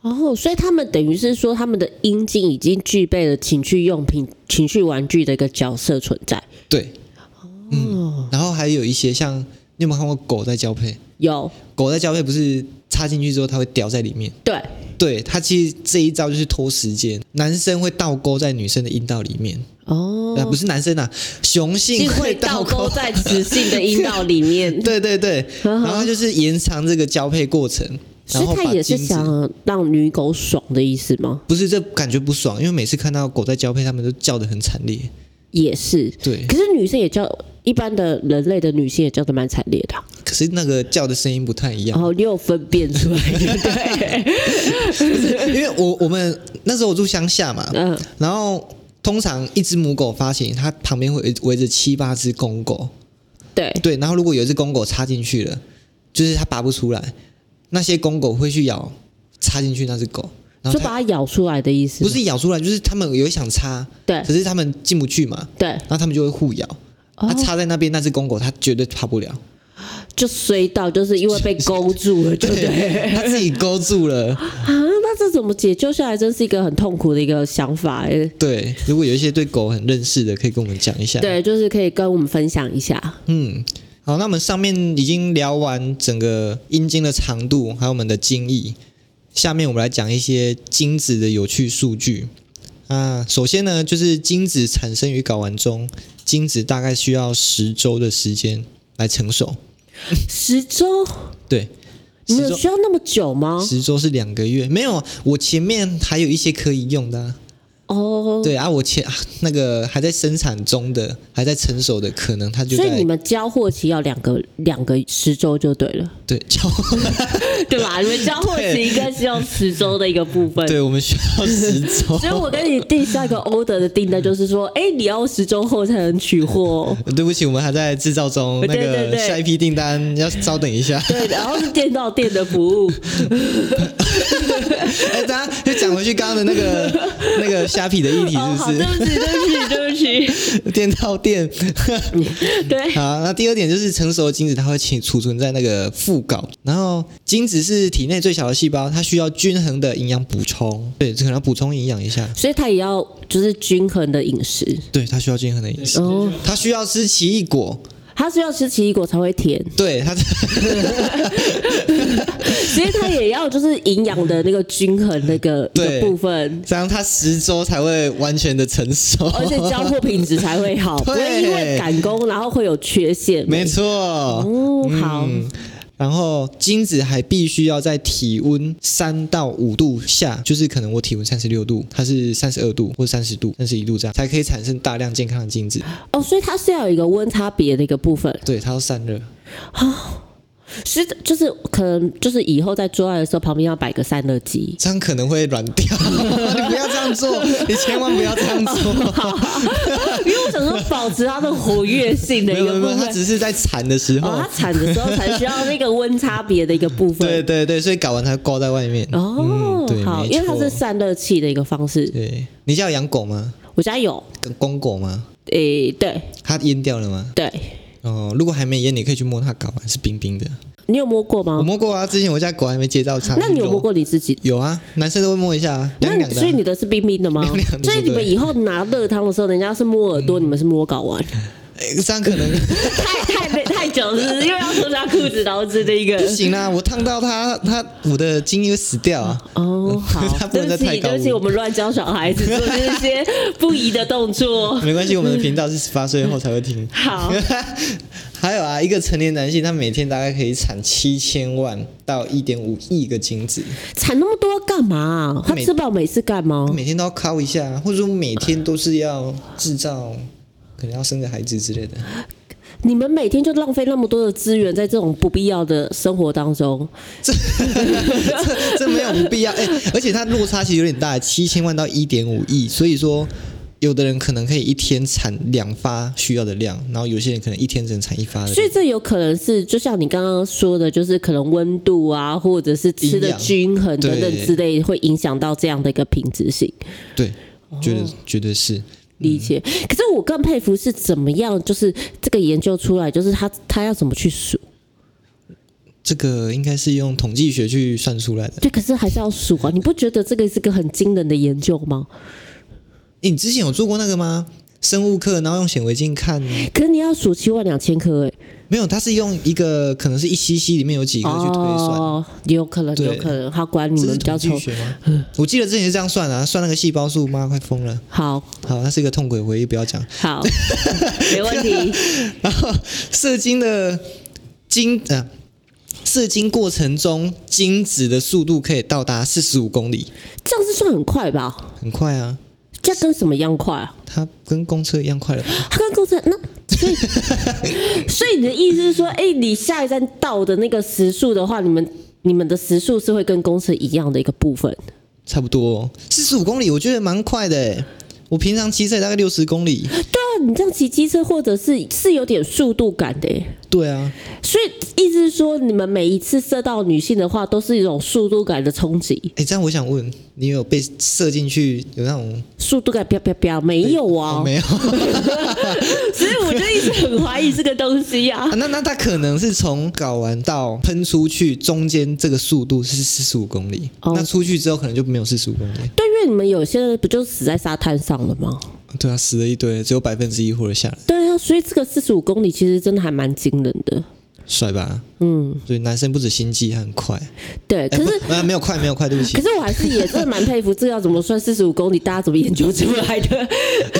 S2: 哦，所以他们等于是说，他们的阴茎已经具备了情趣用品、情趣玩具的一个角色存在。
S1: 对，
S2: 哦
S1: 嗯，然后还有一些像你有没有看过狗在交配？
S2: 有，
S1: 狗在交配不是插进去之后它会掉在里面？
S2: 对，
S1: 对，它其实这一招就是拖时间，男生会倒钩在女生的阴道里面，
S2: 哦，
S1: 啊，不是男生啊，雄性
S2: 是会
S1: 倒
S2: 倒钩
S1: 钩。。
S2: 在雌性的阴道里面
S1: 对对对，
S2: 呵呵
S1: 然后就是延长这个交配过程，
S2: 所
S1: 然
S2: 以
S1: 后
S2: 他
S1: 把
S2: 也是
S1: 精子。
S2: 想让女狗爽的意思吗？
S1: 不是这感觉不爽，因为每次看到狗在交配，他们都叫得很惨烈。
S2: 也是。
S1: 对，
S2: 可是女生也叫一般的人类的女性也叫的蛮惨烈的啊、
S1: 可是那个叫的声音不太一样
S2: 然，后你有分辨出来，对不对？
S1: 因为我我们那时候我住乡下嘛，
S2: 嗯，
S1: 然后通常一只母狗发情，它旁边会围围着七八只公狗，
S2: 对，
S1: 对，然后如果有一只公狗插进去了，就是它拔不出来，那些公狗会去咬插进去那只狗，然后
S2: 就
S1: 它
S2: 把它咬出来的意思
S1: 不
S2: 吗。
S1: 是咬出来，就是它们有想插，
S2: 对
S1: 可是它们进不去嘛，
S2: 对，
S1: 然后它们就会互咬。它
S2: 哦
S1: 插在那边那只公狗，它绝对爬不了，
S2: 就衰到就是因为被勾住了，对不对？
S1: 它自己勾住了。
S2: 啊，那这怎么解救下来？真是一个很痛苦的一个想法哎。
S1: 对，如果有一些对狗很认识的，可以跟我们讲一下。，
S2: 对，就是可以跟我们分享一下。
S1: 嗯，好，那我们上面已经聊完整个阴茎的长度，还有我们的精液。下面我们来讲一些精子的有趣数据。啊，首先呢，就是精子产生于睾丸中，精子大概需要十周的时间来成熟。
S2: 十周，
S1: 对，
S2: 你
S1: 十
S2: 有
S1: 周
S2: 需要那么久吗？
S1: 十周是两个月，没有，我前面还有一些可以用的啊、
S2: 哦，
S1: 对啊，我前啊那个还在生产中的，还在成熟的，可能它就
S2: 所以
S1: 在
S2: 你们交货期要两个两个十周就对了，
S1: 对 交，
S2: 对吧？你们交货期应该是要十周的一个部分。
S1: 对我们需要十 周。
S2: 所以我跟你定下一个 order 的订单，就是说，哎、你要十周后才能取货哦、
S1: 对不起，我们还在制造中，那
S2: 对对
S1: 个
S2: 对
S1: 下一批订单要稍等一 下。
S2: 对，然后是店到店的服 务，
S1: 哎，大家就讲回去刚刚的那个那个虾皮的议题，
S2: 哦，好，对
S1: 是
S2: 不起，对不起，对不起，
S1: 不是？店到 店。
S2: 对，
S1: 好，那第二点就是成熟的精子，它会请储存在那个副睾，然后精子是体内最小的细胞，它需要均衡的营养补充，对，可能要补充营养一下，
S2: 所以他也要就是均衡的饮食
S1: 对，它需要均衡的饮食，
S2: 哦，
S1: 它需要吃奇异果，
S2: 他是要吃奇异果才会甜，
S1: 对，它
S2: 所以他也要就是营养的那个均衡那个一
S1: 对，
S2: 个部分
S1: 这样它十周才会完全的成熟，
S2: 而且交货品质才会好，不会因为赶工然后会有缺陷。
S1: 没错。嗯
S2: 哦，好，
S1: 然后精子还必须要在体温三到五度下，就是可能我体温三十六度，它是三十二度或三十度、三十一度这样，才可以产生大量健康的精子。
S2: 哦，所以它是要有一个温差别的一个部分，
S1: 对，它要散热。
S2: 是就是可能就是以后在做爱的时候旁边要摆个散热 机。
S1: 这样可能会软掉， 你不要这样做，你千万不要这样做。
S2: 因为我想说保持它的活跃性的
S1: 没
S2: 一
S1: 有
S2: 个
S1: 没有没有，
S2: 部
S1: 它
S2: 分。
S1: 只是在产的时
S2: 哦，
S1: 候
S2: 它，产的时候才需要那个温差别的一个部 分。
S1: 对对对，所以睾丸才挂在外面。
S2: 哦
S1: 嗯，对
S2: 好，
S1: 没
S2: 因为它
S1: 错
S2: 是散热器的一个方式。
S1: 对，你家有养狗吗？
S2: 我家有，
S1: 跟公狗吗？
S2: 诶、对
S1: 它淹掉了吗？
S2: 对，
S1: 哦，如果还没淹，你可以去摸它睾丸，是冰冰的。
S2: 你有摸过
S1: 我
S2: 吗？
S1: 摸过啊啊，之前我家狗还没接到它。
S2: 哦那你有摸？过你自己？
S1: 有啊，男生都会摸一下啊，
S2: 那
S1: 凉
S2: 你
S1: 凉的啊。
S2: 所以你的是冰冰 的吗？
S1: 凉凉的
S2: 所以你们以后拿热汤的时候，人家是摸耳朵，你们是摸 睾丸，
S1: 哎这样可能
S2: 太太太久了是不是？因为要脱下裤子，然后吃这 一个
S1: 不。行 啦，我烫到它，它我的精液会死掉啊。
S2: 哦，
S1: 他
S2: 好，
S1: 不
S2: 对
S1: 能
S2: 不
S1: 再太
S2: 起，
S1: 高
S2: 对
S1: 了
S2: 不起，我们乱教小 孩子做这些不宜的动作。
S1: 没关系，我们的频道是十八岁后才会听。
S2: 好，
S1: 还有啊，一个成年男性他每天大概可以产七千万到一点五亿个精子，
S2: 产那么多干嘛啊？他
S1: 每
S2: 吃饱没事干吗？
S1: 每天都要敲一下，或者说每天都是要制造，可能要生个孩子之类的。
S2: 你们每天就浪费那么多的资源在这种不必要的生活当中，
S1: 这这没有不必要，哎、而且它落差其实有点大，七千万到一点五亿，所以说。有的人可能可以一天产两发需要的量，然后有些人可能一天只能产一发的量
S2: 所以这有可能是就像你刚刚说的，就是可能温度啊，或者是吃的
S1: 营养
S2: 均衡等等
S1: 对
S2: 之类，会影响到这样的一个品质性。
S1: 对，
S2: 哦
S1: 觉得绝对是。
S2: 理解。可是我更佩服是怎么样，就是这个研究出来，就是他他要怎么去数？
S1: 这个应该是用统计学去算出来的。
S2: 对，可是还是要数啊！你不觉得这个是个很惊人的研究吗？
S1: 诶你之前有做过那个吗？生物课，然后用显微镜看，
S2: 可是你要数七万两千颗、欸，
S1: 没有，它是用一个可能是一 cc 里面有几个去推算，
S2: 哦，有可能，
S1: 对
S2: 有可能。好，管你
S1: 这
S2: 们
S1: 是
S2: 比较
S1: 统
S2: 丑
S1: 计。学吗？
S2: 嗯
S1: 我记得之前是这样算的、啊，算那个细胞数，妈快疯了。
S2: 好
S1: 好，那是一个痛苦的回忆，不要讲。
S2: 好，没问题。
S1: 然后射精的精呃，射精过程中精子的速度可以到达四十五公里，
S2: 这样是算很快吧？
S1: 很快啊。
S2: 这跟什么一样快啊？
S1: 它跟公车一样快了吧？
S2: 它跟公车那，所以所以你的意思是说，哎、你下一站到的那个时速的话，你们你们的时速是会跟公车一样的一个部分？
S1: 差不多哦四十五公里，我觉得蛮快的诶。我平常骑车也大概六十公里。
S2: 对啊，你这样骑机车或者是是有点速度感的耶。欸
S1: 对啊，
S2: 所以意思是说，你们每一次射到女性的话，都是一种速度感的冲击，
S1: 哎，这样我想问，你有被射进去有那种？
S2: 速度感啪啪啪，没有
S1: 哦
S2: 啊，
S1: 没有，
S2: 所以我就一直很怀疑这个东西啊
S1: 啊。那那他可能是从睾丸到喷出去中间这个速度是四十五公里，
S2: 哦
S1: 那出去之后可能就没有四十五公里。
S2: 对，因为你们有些人不就死在沙滩上了吗？
S1: 对啊，死了一堆，只有百分之一活了下来，
S2: 对啊，所以这个四十五公里其实真的还蛮惊人的。
S1: 帅吧？
S2: 嗯，
S1: 所以男生不止心机，还很快。
S2: 对，
S1: 哎
S2: 可是
S1: 不啊，没有快，没有快，对不起
S2: 可。是我还是也真的蛮佩服，这要怎么算四十五公里？大家怎么研究出来的？
S1: 哎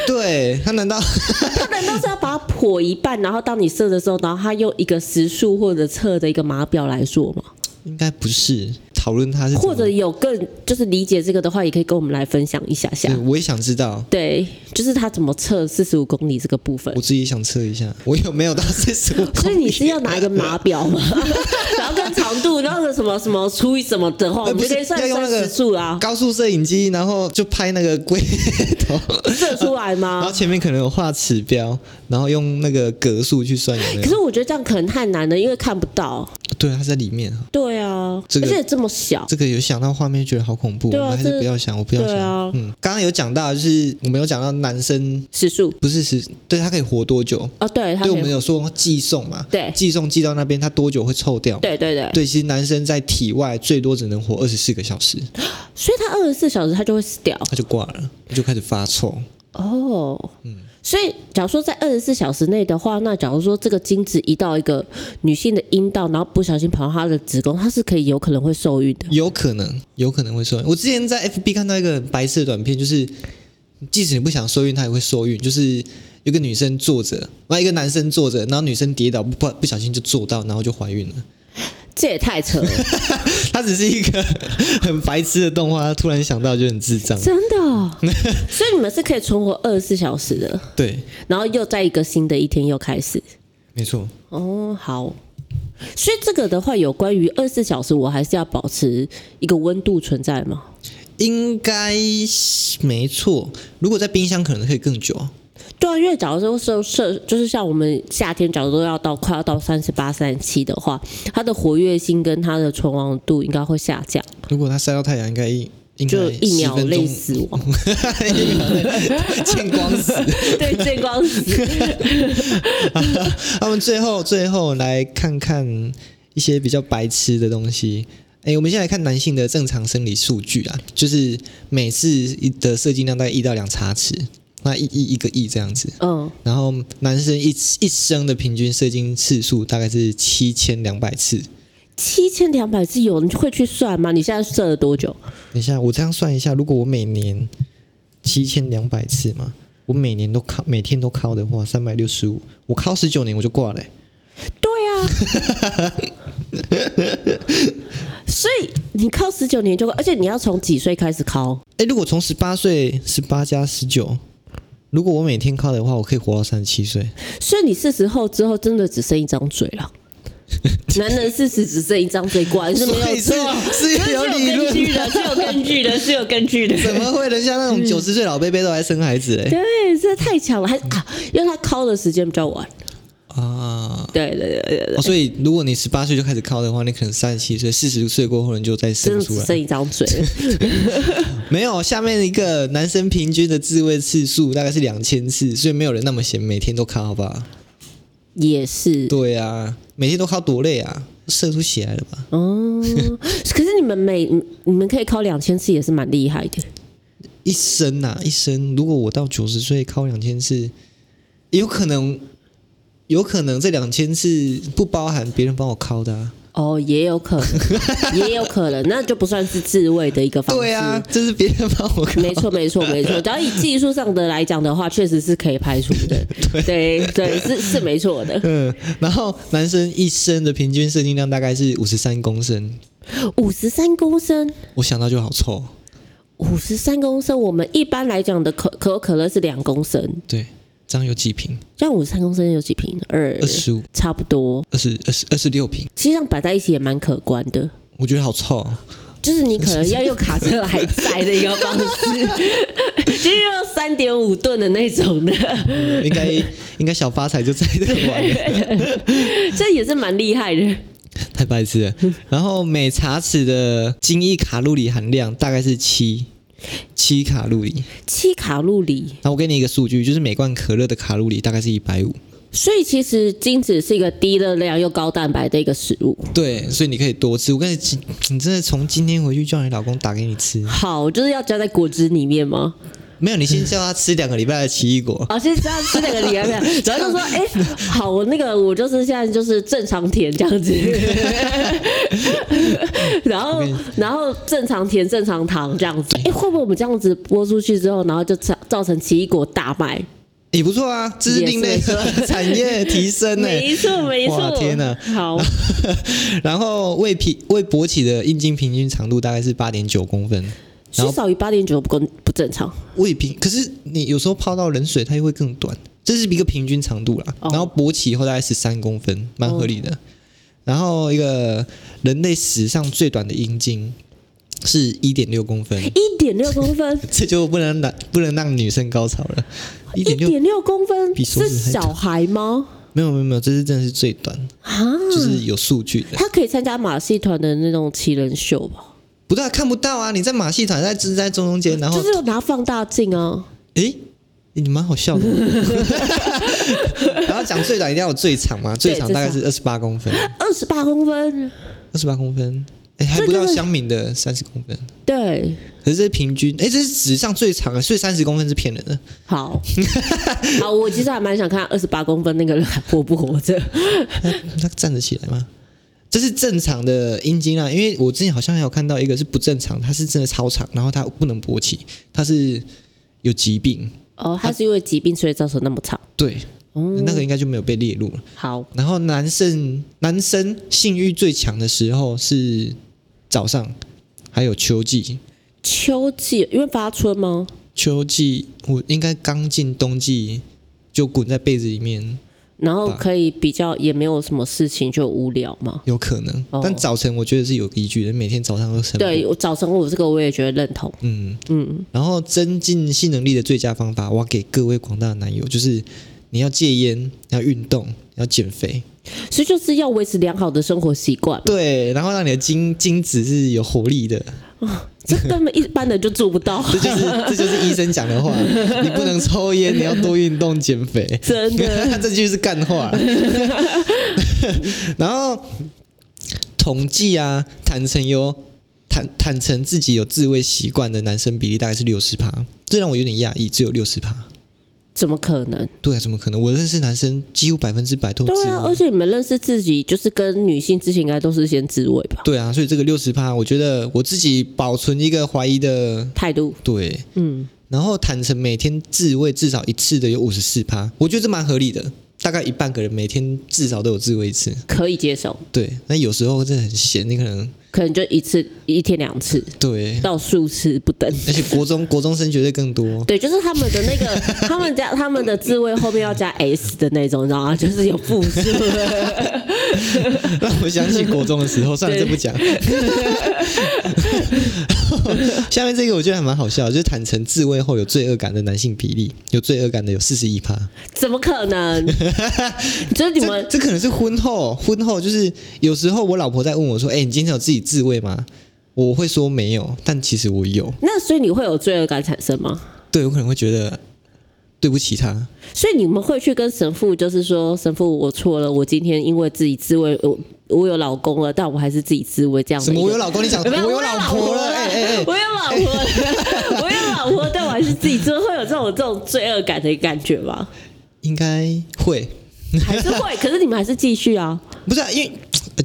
S1: 对他难道
S2: 他难道是要把它破一半，然后当你射的时候，然后他用一个时速或者测的一个码表来做吗？
S1: 应该不是讨论他是怎么
S2: 或者有更就是理解这个的话，也可以跟我们来分享一下下
S1: 对，。我也想知道，
S2: 对，就是他怎么测四十五公里这个部分
S1: 我。自己想测一下，我有没有到四十五？哎
S2: 所以你是要拿一个码表 吗？ 然后跟长度，然后什么什么除以什么的话，我
S1: 呃
S2: 们
S1: 不
S2: 就是可以算
S1: 要用
S2: 算
S1: 那个
S2: 时 速啦，
S1: 高速摄影机，然后就拍那个龟头，
S2: 射出来
S1: 然后
S2: 吗？
S1: 前面可能有画指标，然后用那个格数去算有没有。
S2: 可是我觉得这样可能太难了，因为看不到。
S1: 对，它在里面啊。
S2: 对啊，
S1: 这个
S2: 而且这么小，
S1: 这个有想到画面，觉得好恐怖，
S2: 对啊
S1: 我们还
S2: 这
S1: 是不要想，我不要
S2: 对
S1: 想。
S2: 啊
S1: 嗯，刚刚有讲到，就是我们有讲到男生
S2: 时速
S1: 不是十，对他可以活多久？
S2: 哦，对，它
S1: 对，我
S2: 可
S1: 们
S2: 以，
S1: 有说寄送嘛？
S2: 对
S1: 寄送寄到那边，他多久会臭掉？
S2: 对对对，
S1: 对，其实男生在体外最多只能活二十四个小时，
S2: 所以它二十四小时它就会死掉
S1: 他就挂了，就开始发臭。
S2: 哦。所以，假如说在二十四小时内的话，那假如说这个精子移到一个女性的阴道，然后不小心跑到她的子宫，她是可以有可能会受孕的。
S1: 有可能，有可能会受孕。我之前在 FB 看到一个白色的短片，就是即使你不想受孕，它也会受孕。就是有个女生坐着，然后一个男生坐着，然后女生跌倒，不不不小心就坐到，然后就怀孕了。
S2: 这也太扯了，
S1: 它只是一个 很白痴的动画，突然想到就很智障。
S2: 真的哦、所以你们是可以存活二十四小时的，
S1: 对，
S2: 然后又在一个新的一天又开始。
S1: 没错。
S2: 哦，好。所以这个的话，有关于二十四小时，我还是要保持一个温度存在嘛？
S1: 应该是没错，如果在冰箱可能可以更久，
S2: 对啊，因为假如说是设，就是像我们夏天，假如说要到快要到三十八、三十七的话，它的活跃性跟它的存亡度应该会下降，
S1: 如果它晒到太阳，应该一应该
S2: 就一
S1: 10
S2: 秒
S1: 分
S2: 内
S1: 钟
S2: 死亡，
S1: 一秒内 见光死。
S2: 对，见 光死。
S1: 那我们最后最后来看看一些比较白痴的东西。哎、我们先来看男性的正常生理数据啊，就是每次的射精量大概一到两茶匙，那一一一个亿这样子。
S2: 嗯，
S1: 然后男生一一生的平均射精次数大概是七千两百次。
S2: 七千两百次有人会去算吗？你现在设了多久？
S1: 等一下，我这样算一下，如果我每年七千两百次嘛，我每年都靠每天都靠的话，三百六十五，我靠十九年我就挂了、欸
S2: 对啊， 所以你靠十九年就，而且你要从几岁开始靠？
S1: 哎，如果从十八岁，十八加十九，如果我每天靠的话，我可以活到三十七 岁。
S2: 所以你四十后之后，真的只剩一张嘴 了。男人四十只剩一张嘴，果然是没有
S1: 所以是
S2: 错，
S1: 是有理论
S2: 根据的，是有根据的，是有根据的。
S1: 怎么会？人家那种九十岁老贝贝都还生孩子欸嘞、
S2: 对，这太强了，还啊，因为他靠的时间比较晚。嗯
S1: 啊！
S2: 对对对对对，
S1: 哦，所以如果你十八岁就开始靠的话，你可能三十七岁、四十岁过后你就再
S2: 真
S1: 生
S2: 的
S1: 出
S2: 只
S1: 来。
S2: 剩一张嘴。
S1: 没有，下面一个男生平均的自慰次数大概是两千次，所以没有人那么闲，每天都靠，好不好？
S2: 也是，
S1: 对啊，每天都靠多累啊，射出血来了吧？
S2: 哦，可是你们每你们可以靠两千次，也是蛮厉害的。
S1: 一生呐、一生。如果我到九十岁靠两千次，有可能，有可能这两千次不包含别人帮我靠的、啊。
S2: 哦，也有可能，也有可能，那就不算是自慰的一个方式。
S1: 对啊，这是别人帮我靠。
S2: 没错，没错，没错。只要以技术上的来讲的话，确实是可以排除的。对对，是是没错的。
S1: 嗯，然后男生一生的平均射精量大概是五十三公升，
S2: 五十三公升，
S1: 我想到就好臭。
S2: 五十三公升，我们一般来讲的可可口可乐是两公升，
S1: 对，这样有几瓶？
S2: 这样五十三公升有几瓶？二
S1: 二，十五、
S2: 差不多。
S1: 二十二十、二十六瓶，
S2: 其实这样摆在一起也蛮可观的，
S1: 我觉得好臭、 哦。
S2: 就是你可能要用卡车来载的一个方式，就是用三点五吨的那种的，
S1: 应该应该小发财就在这玩了，
S2: 这也是蛮厉害的。
S1: 太白痴了。然后每茶匙的精益卡路里含量大概是七七卡路里。
S2: 七卡路里，
S1: 那我给你一个数据，就是每罐可乐的卡路里大概是一百五。
S2: 所以其实精子是一个低热量又高蛋白的一个食物。
S1: 对，所以你可以多吃。我跟你讲，你真的从今天回去叫你老公打给你吃，
S2: 好，就是要加在果汁里面吗？
S1: 没有，你先叫他吃两个礼拜的奇异果。
S2: 哦，先这样吃那个礼拜面， 然后就说，哎、好，我那个我就是现在就是正常甜 这样子，然后然后正常甜正常糖这样子，哎、会不会我们这样子播出去之后，然后就造造成奇异果大卖？
S1: 也不错啊，这是另类
S2: 也是
S1: 产业提升欸呢、
S2: 没错没
S1: 哇
S2: 错，
S1: 天哪
S2: 好，
S1: 然后未皮未勃起的阴茎平均长度大概是八点九公分，然
S2: 是
S1: 后
S2: 少于八点九不公不正常，
S1: 未平，可是你有时候泡到冷水，它又会更短，这是一个平均长度啦。
S2: 哦
S1: 然后勃起以后大概十三公分，蛮合理的。然后一个人类史上最短的阴茎是一点六公分，
S2: 一点六公分，
S1: 这就不能让不能让女生高潮了。 一
S2: 一
S1: 点六
S2: 点六公分
S1: 比手
S2: 是
S1: 指还
S2: 小孩吗？
S1: 没有没有没有，这是真的是最短，
S2: 啊，
S1: 就是有数据的。
S2: 他可以参加马戏团的那种奇人秀吧？
S1: 不但看不到啊，你在马戏团在只在中中间，然后
S2: 就是有拿放大镜啊。
S1: 诶，你蛮好 笑的。 然后讲最短一定要有最长嘛，最长大概是二十八公分，
S2: 二十八公分，
S1: 二十八公分，哎、还不到香民的三十公分。
S2: 对，
S1: 可是这是平均，哎、这是史上最长的，所以三十公分是骗人的。
S2: 好，好，我其实还蛮想看二十八公分那个人还活不活着。
S1: 他他站得起来吗？这是正常的阴茎啊，因为我之前好像还有看到一个是不正常，它是真的超长，然后它不能勃起，它是有疾病，
S2: 哦，他是因为疾病所以造成那么长。
S1: 对，
S2: 哦，
S1: 那个应该就没有被列入了。
S2: 好，
S1: 然后男生男生性欲最强的时候是早上，还有秋季。
S2: 秋季因为发春吗？
S1: 秋季我应该刚进冬季就滚在被子里面，
S2: 然后可以比较也没有什么事情就无聊嘛。
S1: 有可能。
S2: 哦
S1: 但早晨我觉得是有依据的，每天早上都晨勃。
S2: 对，我早晨我这个我也觉得认同。
S1: 嗯。
S2: 嗯，
S1: 然后增进性能力的最佳方法，我要给各位广大的男友就是。你要戒烟，你要运动，你要减肥，
S2: 所以就是要维持良好的生活习 惯，
S1: 对，然后让你的精精子是有活力的，
S2: 这根本一般人就做不到，
S1: 这就是这就是医生讲的 话，你不能抽烟，你要多运动减肥。
S2: 真的。
S1: 这句是干话。然后统计啊，坦诚有坦坦诚自己有自慰习惯的男生比例大概是六十趴，这让我有点讶异，只有六十趴。
S2: 怎么可能？
S1: 对啊，怎么可能？我认识男生几乎百分之百都自
S2: 对啊，而
S1: 慰。
S2: 且你们认识自己，就是跟女性之前应该都是先自慰吧？
S1: 对啊，所以这个六十趴，我觉得我自己保存一个怀疑的
S2: 态度，
S1: 对。
S2: 嗯，
S1: 然后坦诚每天自慰至少一次的有五十四趴，我觉得这蛮合理的，大概一半个人每天至少都有自慰一次。
S2: 可以接受，
S1: 对，那有时候真的很闲，你可能
S2: 可能就一次一天两次
S1: 对，
S2: 到数次不 等。
S1: 而且国中国中生绝对更多。
S2: 对，就是他们的那个，他们家他们的自慰后面要加 s 的那种，你知道吗？就是有复 数。
S1: 让我想起国中的时候，算了，
S2: 对
S1: 这不讲。 下面这个我觉得还蛮好笑的，就是坦诚自慰后有罪恶感的男性比例，有罪恶感的有四十一趴。
S2: 怎么可能？就是你
S1: 这
S2: 们
S1: 这可能是婚后，婚后就是有时候我老婆在问我说：“哎、你今天有自己自慰吗？”我会说没有，但其实我有。
S2: 那，所以你会有罪恶感产生吗？
S1: 对我可能会觉得对不起她，
S2: 所以你们会去跟神父，就是说，神父，我错了，我今天因为自己自慰，我我有老公了，但我还是自己自慰这样的
S1: 什
S2: 一
S1: 么
S2: 个。
S1: 我有老公，你讲
S2: 有没有
S1: 我有老婆了，哎哎哎，
S2: 我有老婆了，我有老婆，但我还是自己做，会有这种这种罪恶感的感觉吗？
S1: 应该会。
S2: 还是会？可是你们还是继续啊？
S1: 不是、啊，因为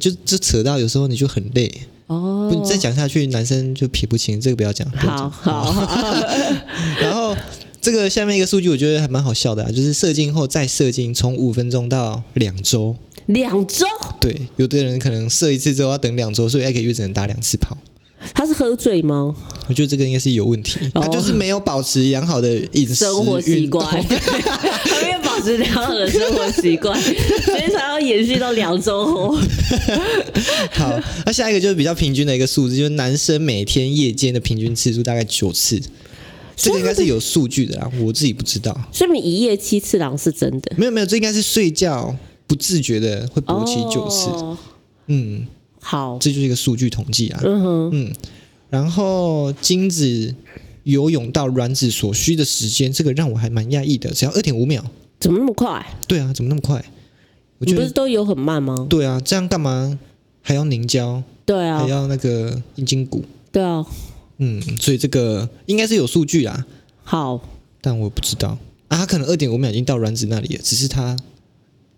S1: 就就扯到有时候你就很累，
S2: 哦
S1: 不，你再讲下去男生就撇不清，这个不要讲。不要讲
S2: 好好，好，
S1: 然后这个下面一个数据我觉得还蛮好笑的、啊，就是射精后再射精，从五分钟到两周。
S2: 两周
S1: 对，有的人可能射一次之后要等两周，所以艾可月只能打两次炮。
S2: 他是喝醉吗？
S1: 我觉得这个应该是有问题，
S2: 哦
S1: 他就是没有保持良好的饮食
S2: 生活习惯，
S1: 运动
S2: 他没有保持良好的生活习 惯，所以才要延续到两周后。
S1: 好，那下一个就是比较平均的一个数字，就是男生每天夜间的平均次数大概九次，这个应该是有数据的啦，我自己不知道。
S2: 说明一夜七次郎是真的。
S1: 没有没有，这应该是睡觉不自觉的会勃起九次，
S2: 哦、
S1: 嗯，
S2: 好，
S1: 这就是一个数据统计啊。
S2: 嗯哼，
S1: 然后精子游泳到卵子所需的时间，这个让我还蛮讶异的，只要二点五秒。
S2: 怎么那么快？
S1: 对啊，怎么那么快？我
S2: 你
S1: 觉
S2: 不是
S1: 得
S2: 都有很慢吗？
S1: 对啊，这样干嘛还要凝胶，
S2: 对啊
S1: 还，要那个阴茎骨？
S2: 对啊，
S1: 嗯，所以这个应该是有数据啦，
S2: 好，
S1: 但我不知道啊，他可能二点五秒已经到卵子那里了，只是他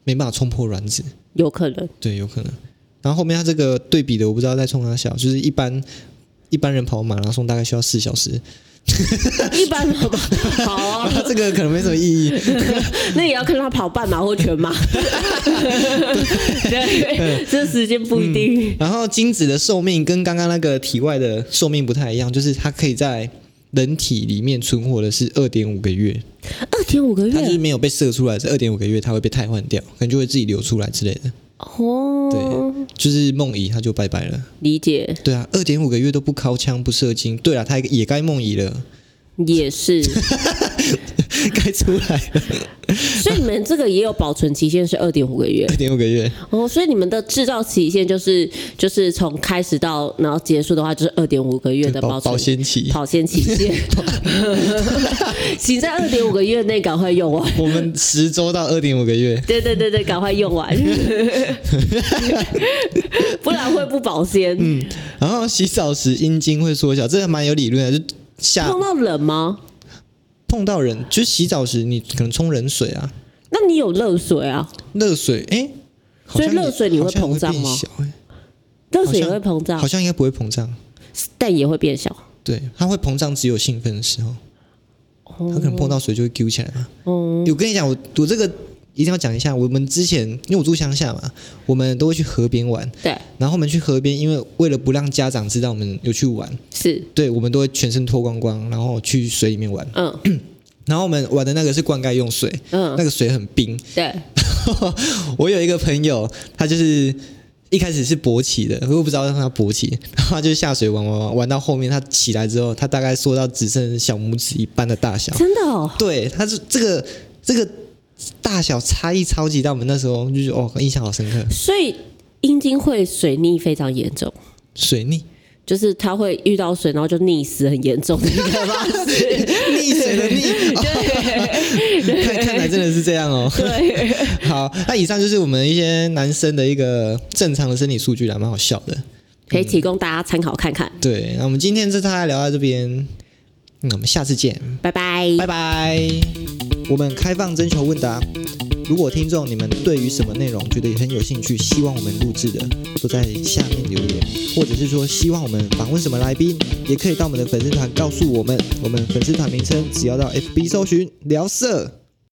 S1: 没办法冲破卵子。
S2: 有可能。
S1: 对，有可能。然后后面他这个对比的，我不知道在冲哪小，就是一般一般人跑马拉松大概需要四小 时，
S2: 一 般的吧，好啊，
S1: 他这个可能没什么意义。
S2: 那也要看他跑半马或全 马，对，这时间不一定。
S1: 然后精子的寿命跟刚刚那个体外的寿命不太一样，就是它可以在人体里面存活的是二点五个月，
S2: 二点五个
S1: 它就是
S2: 月
S1: 没有被射出来，是二点五个月，它会被汰换掉，可能就会自己流出来之类的。
S2: 哦，
S1: 就是梦遗，它就拜拜了。
S2: 理解
S1: 对啊，二点五个月都不掏枪不射精，对啊，它也该梦遗了，
S2: 也是，
S1: 该出来了。
S2: 所以你们这个也有保存期限是二点五个月
S1: 二点五个月，
S2: 哦，所以你们的制造期限就是就是从开始到然后结束的话就是二点五个月的保
S1: 保
S2: 存
S1: 保鲜期。
S2: 保鲜期限，请在二点五个月内赶快用完。
S1: 我们十周到二点五个月，
S2: 对对对对，赶快用 完，不然会不保鲜。
S1: 然后洗澡时阴茎会缩小，这个蛮有理论的。就下
S2: 碰到冷吗？
S1: 碰到人，就是洗澡时你可能冲冷水啊，
S2: 那你有热水啊？
S1: 热水哎，好像
S2: 所以热水你会
S1: 好像也
S2: 膨胀
S1: 变
S2: 吗
S1: 小欸
S2: 热水也会膨胀
S1: 好，像应该不会膨胀，
S2: 但也会变小。
S1: 对，它会膨胀只有兴奋的时候，它可能碰到水就会揪起来嘛。
S2: 哦嗯，
S1: 我跟你讲，我我这个一定要讲一下。我们之前因为我住乡下嘛，我们都会去河边玩，
S2: 对，
S1: 然后我们去河边，因为为了不让家长知道我们有去玩，
S2: 是，
S1: 对我们都会全身脱光光，然后去水里面玩。
S2: 嗯
S1: 然后我们玩的那个是灌溉用水，那
S2: 嗯，
S1: 个水很冰。
S2: 对，
S1: 我有一个朋友，他就是一开始是勃起的，我也不知道让他勃起，然后他就下水玩玩玩，玩到后面他起来之后，他大概缩到只剩小拇指一般的大小。
S2: 真的哦，
S1: 对，他是这个这个大小差异超级大，我们那时候就觉得哦，印象好深刻。
S2: 所以阴茎会水逆非常严重。
S1: 水逆，
S2: 就是它会遇到水，然后就溺死，很严 重的一个方式。
S1: 溺 水的溺，哦、看看来真的是这样哦。
S2: 对，
S1: 好，那以上就是我们一些男生的一个正常的生理数据啦，蛮好笑的。
S2: 可以提供大家参考看看。
S1: 对，那我们今天这大概聊到这边，那我们下次见，
S2: 拜拜。
S1: 拜拜。我们开放征求问答，如果听众你们对于什么内容觉得也很有兴趣，希望我们录制的，都在下面留言，或者是说希望我们访问什么来宾，也可以到我们的粉丝团告诉我们。我们粉丝团名称只要到 FB 搜寻聊色。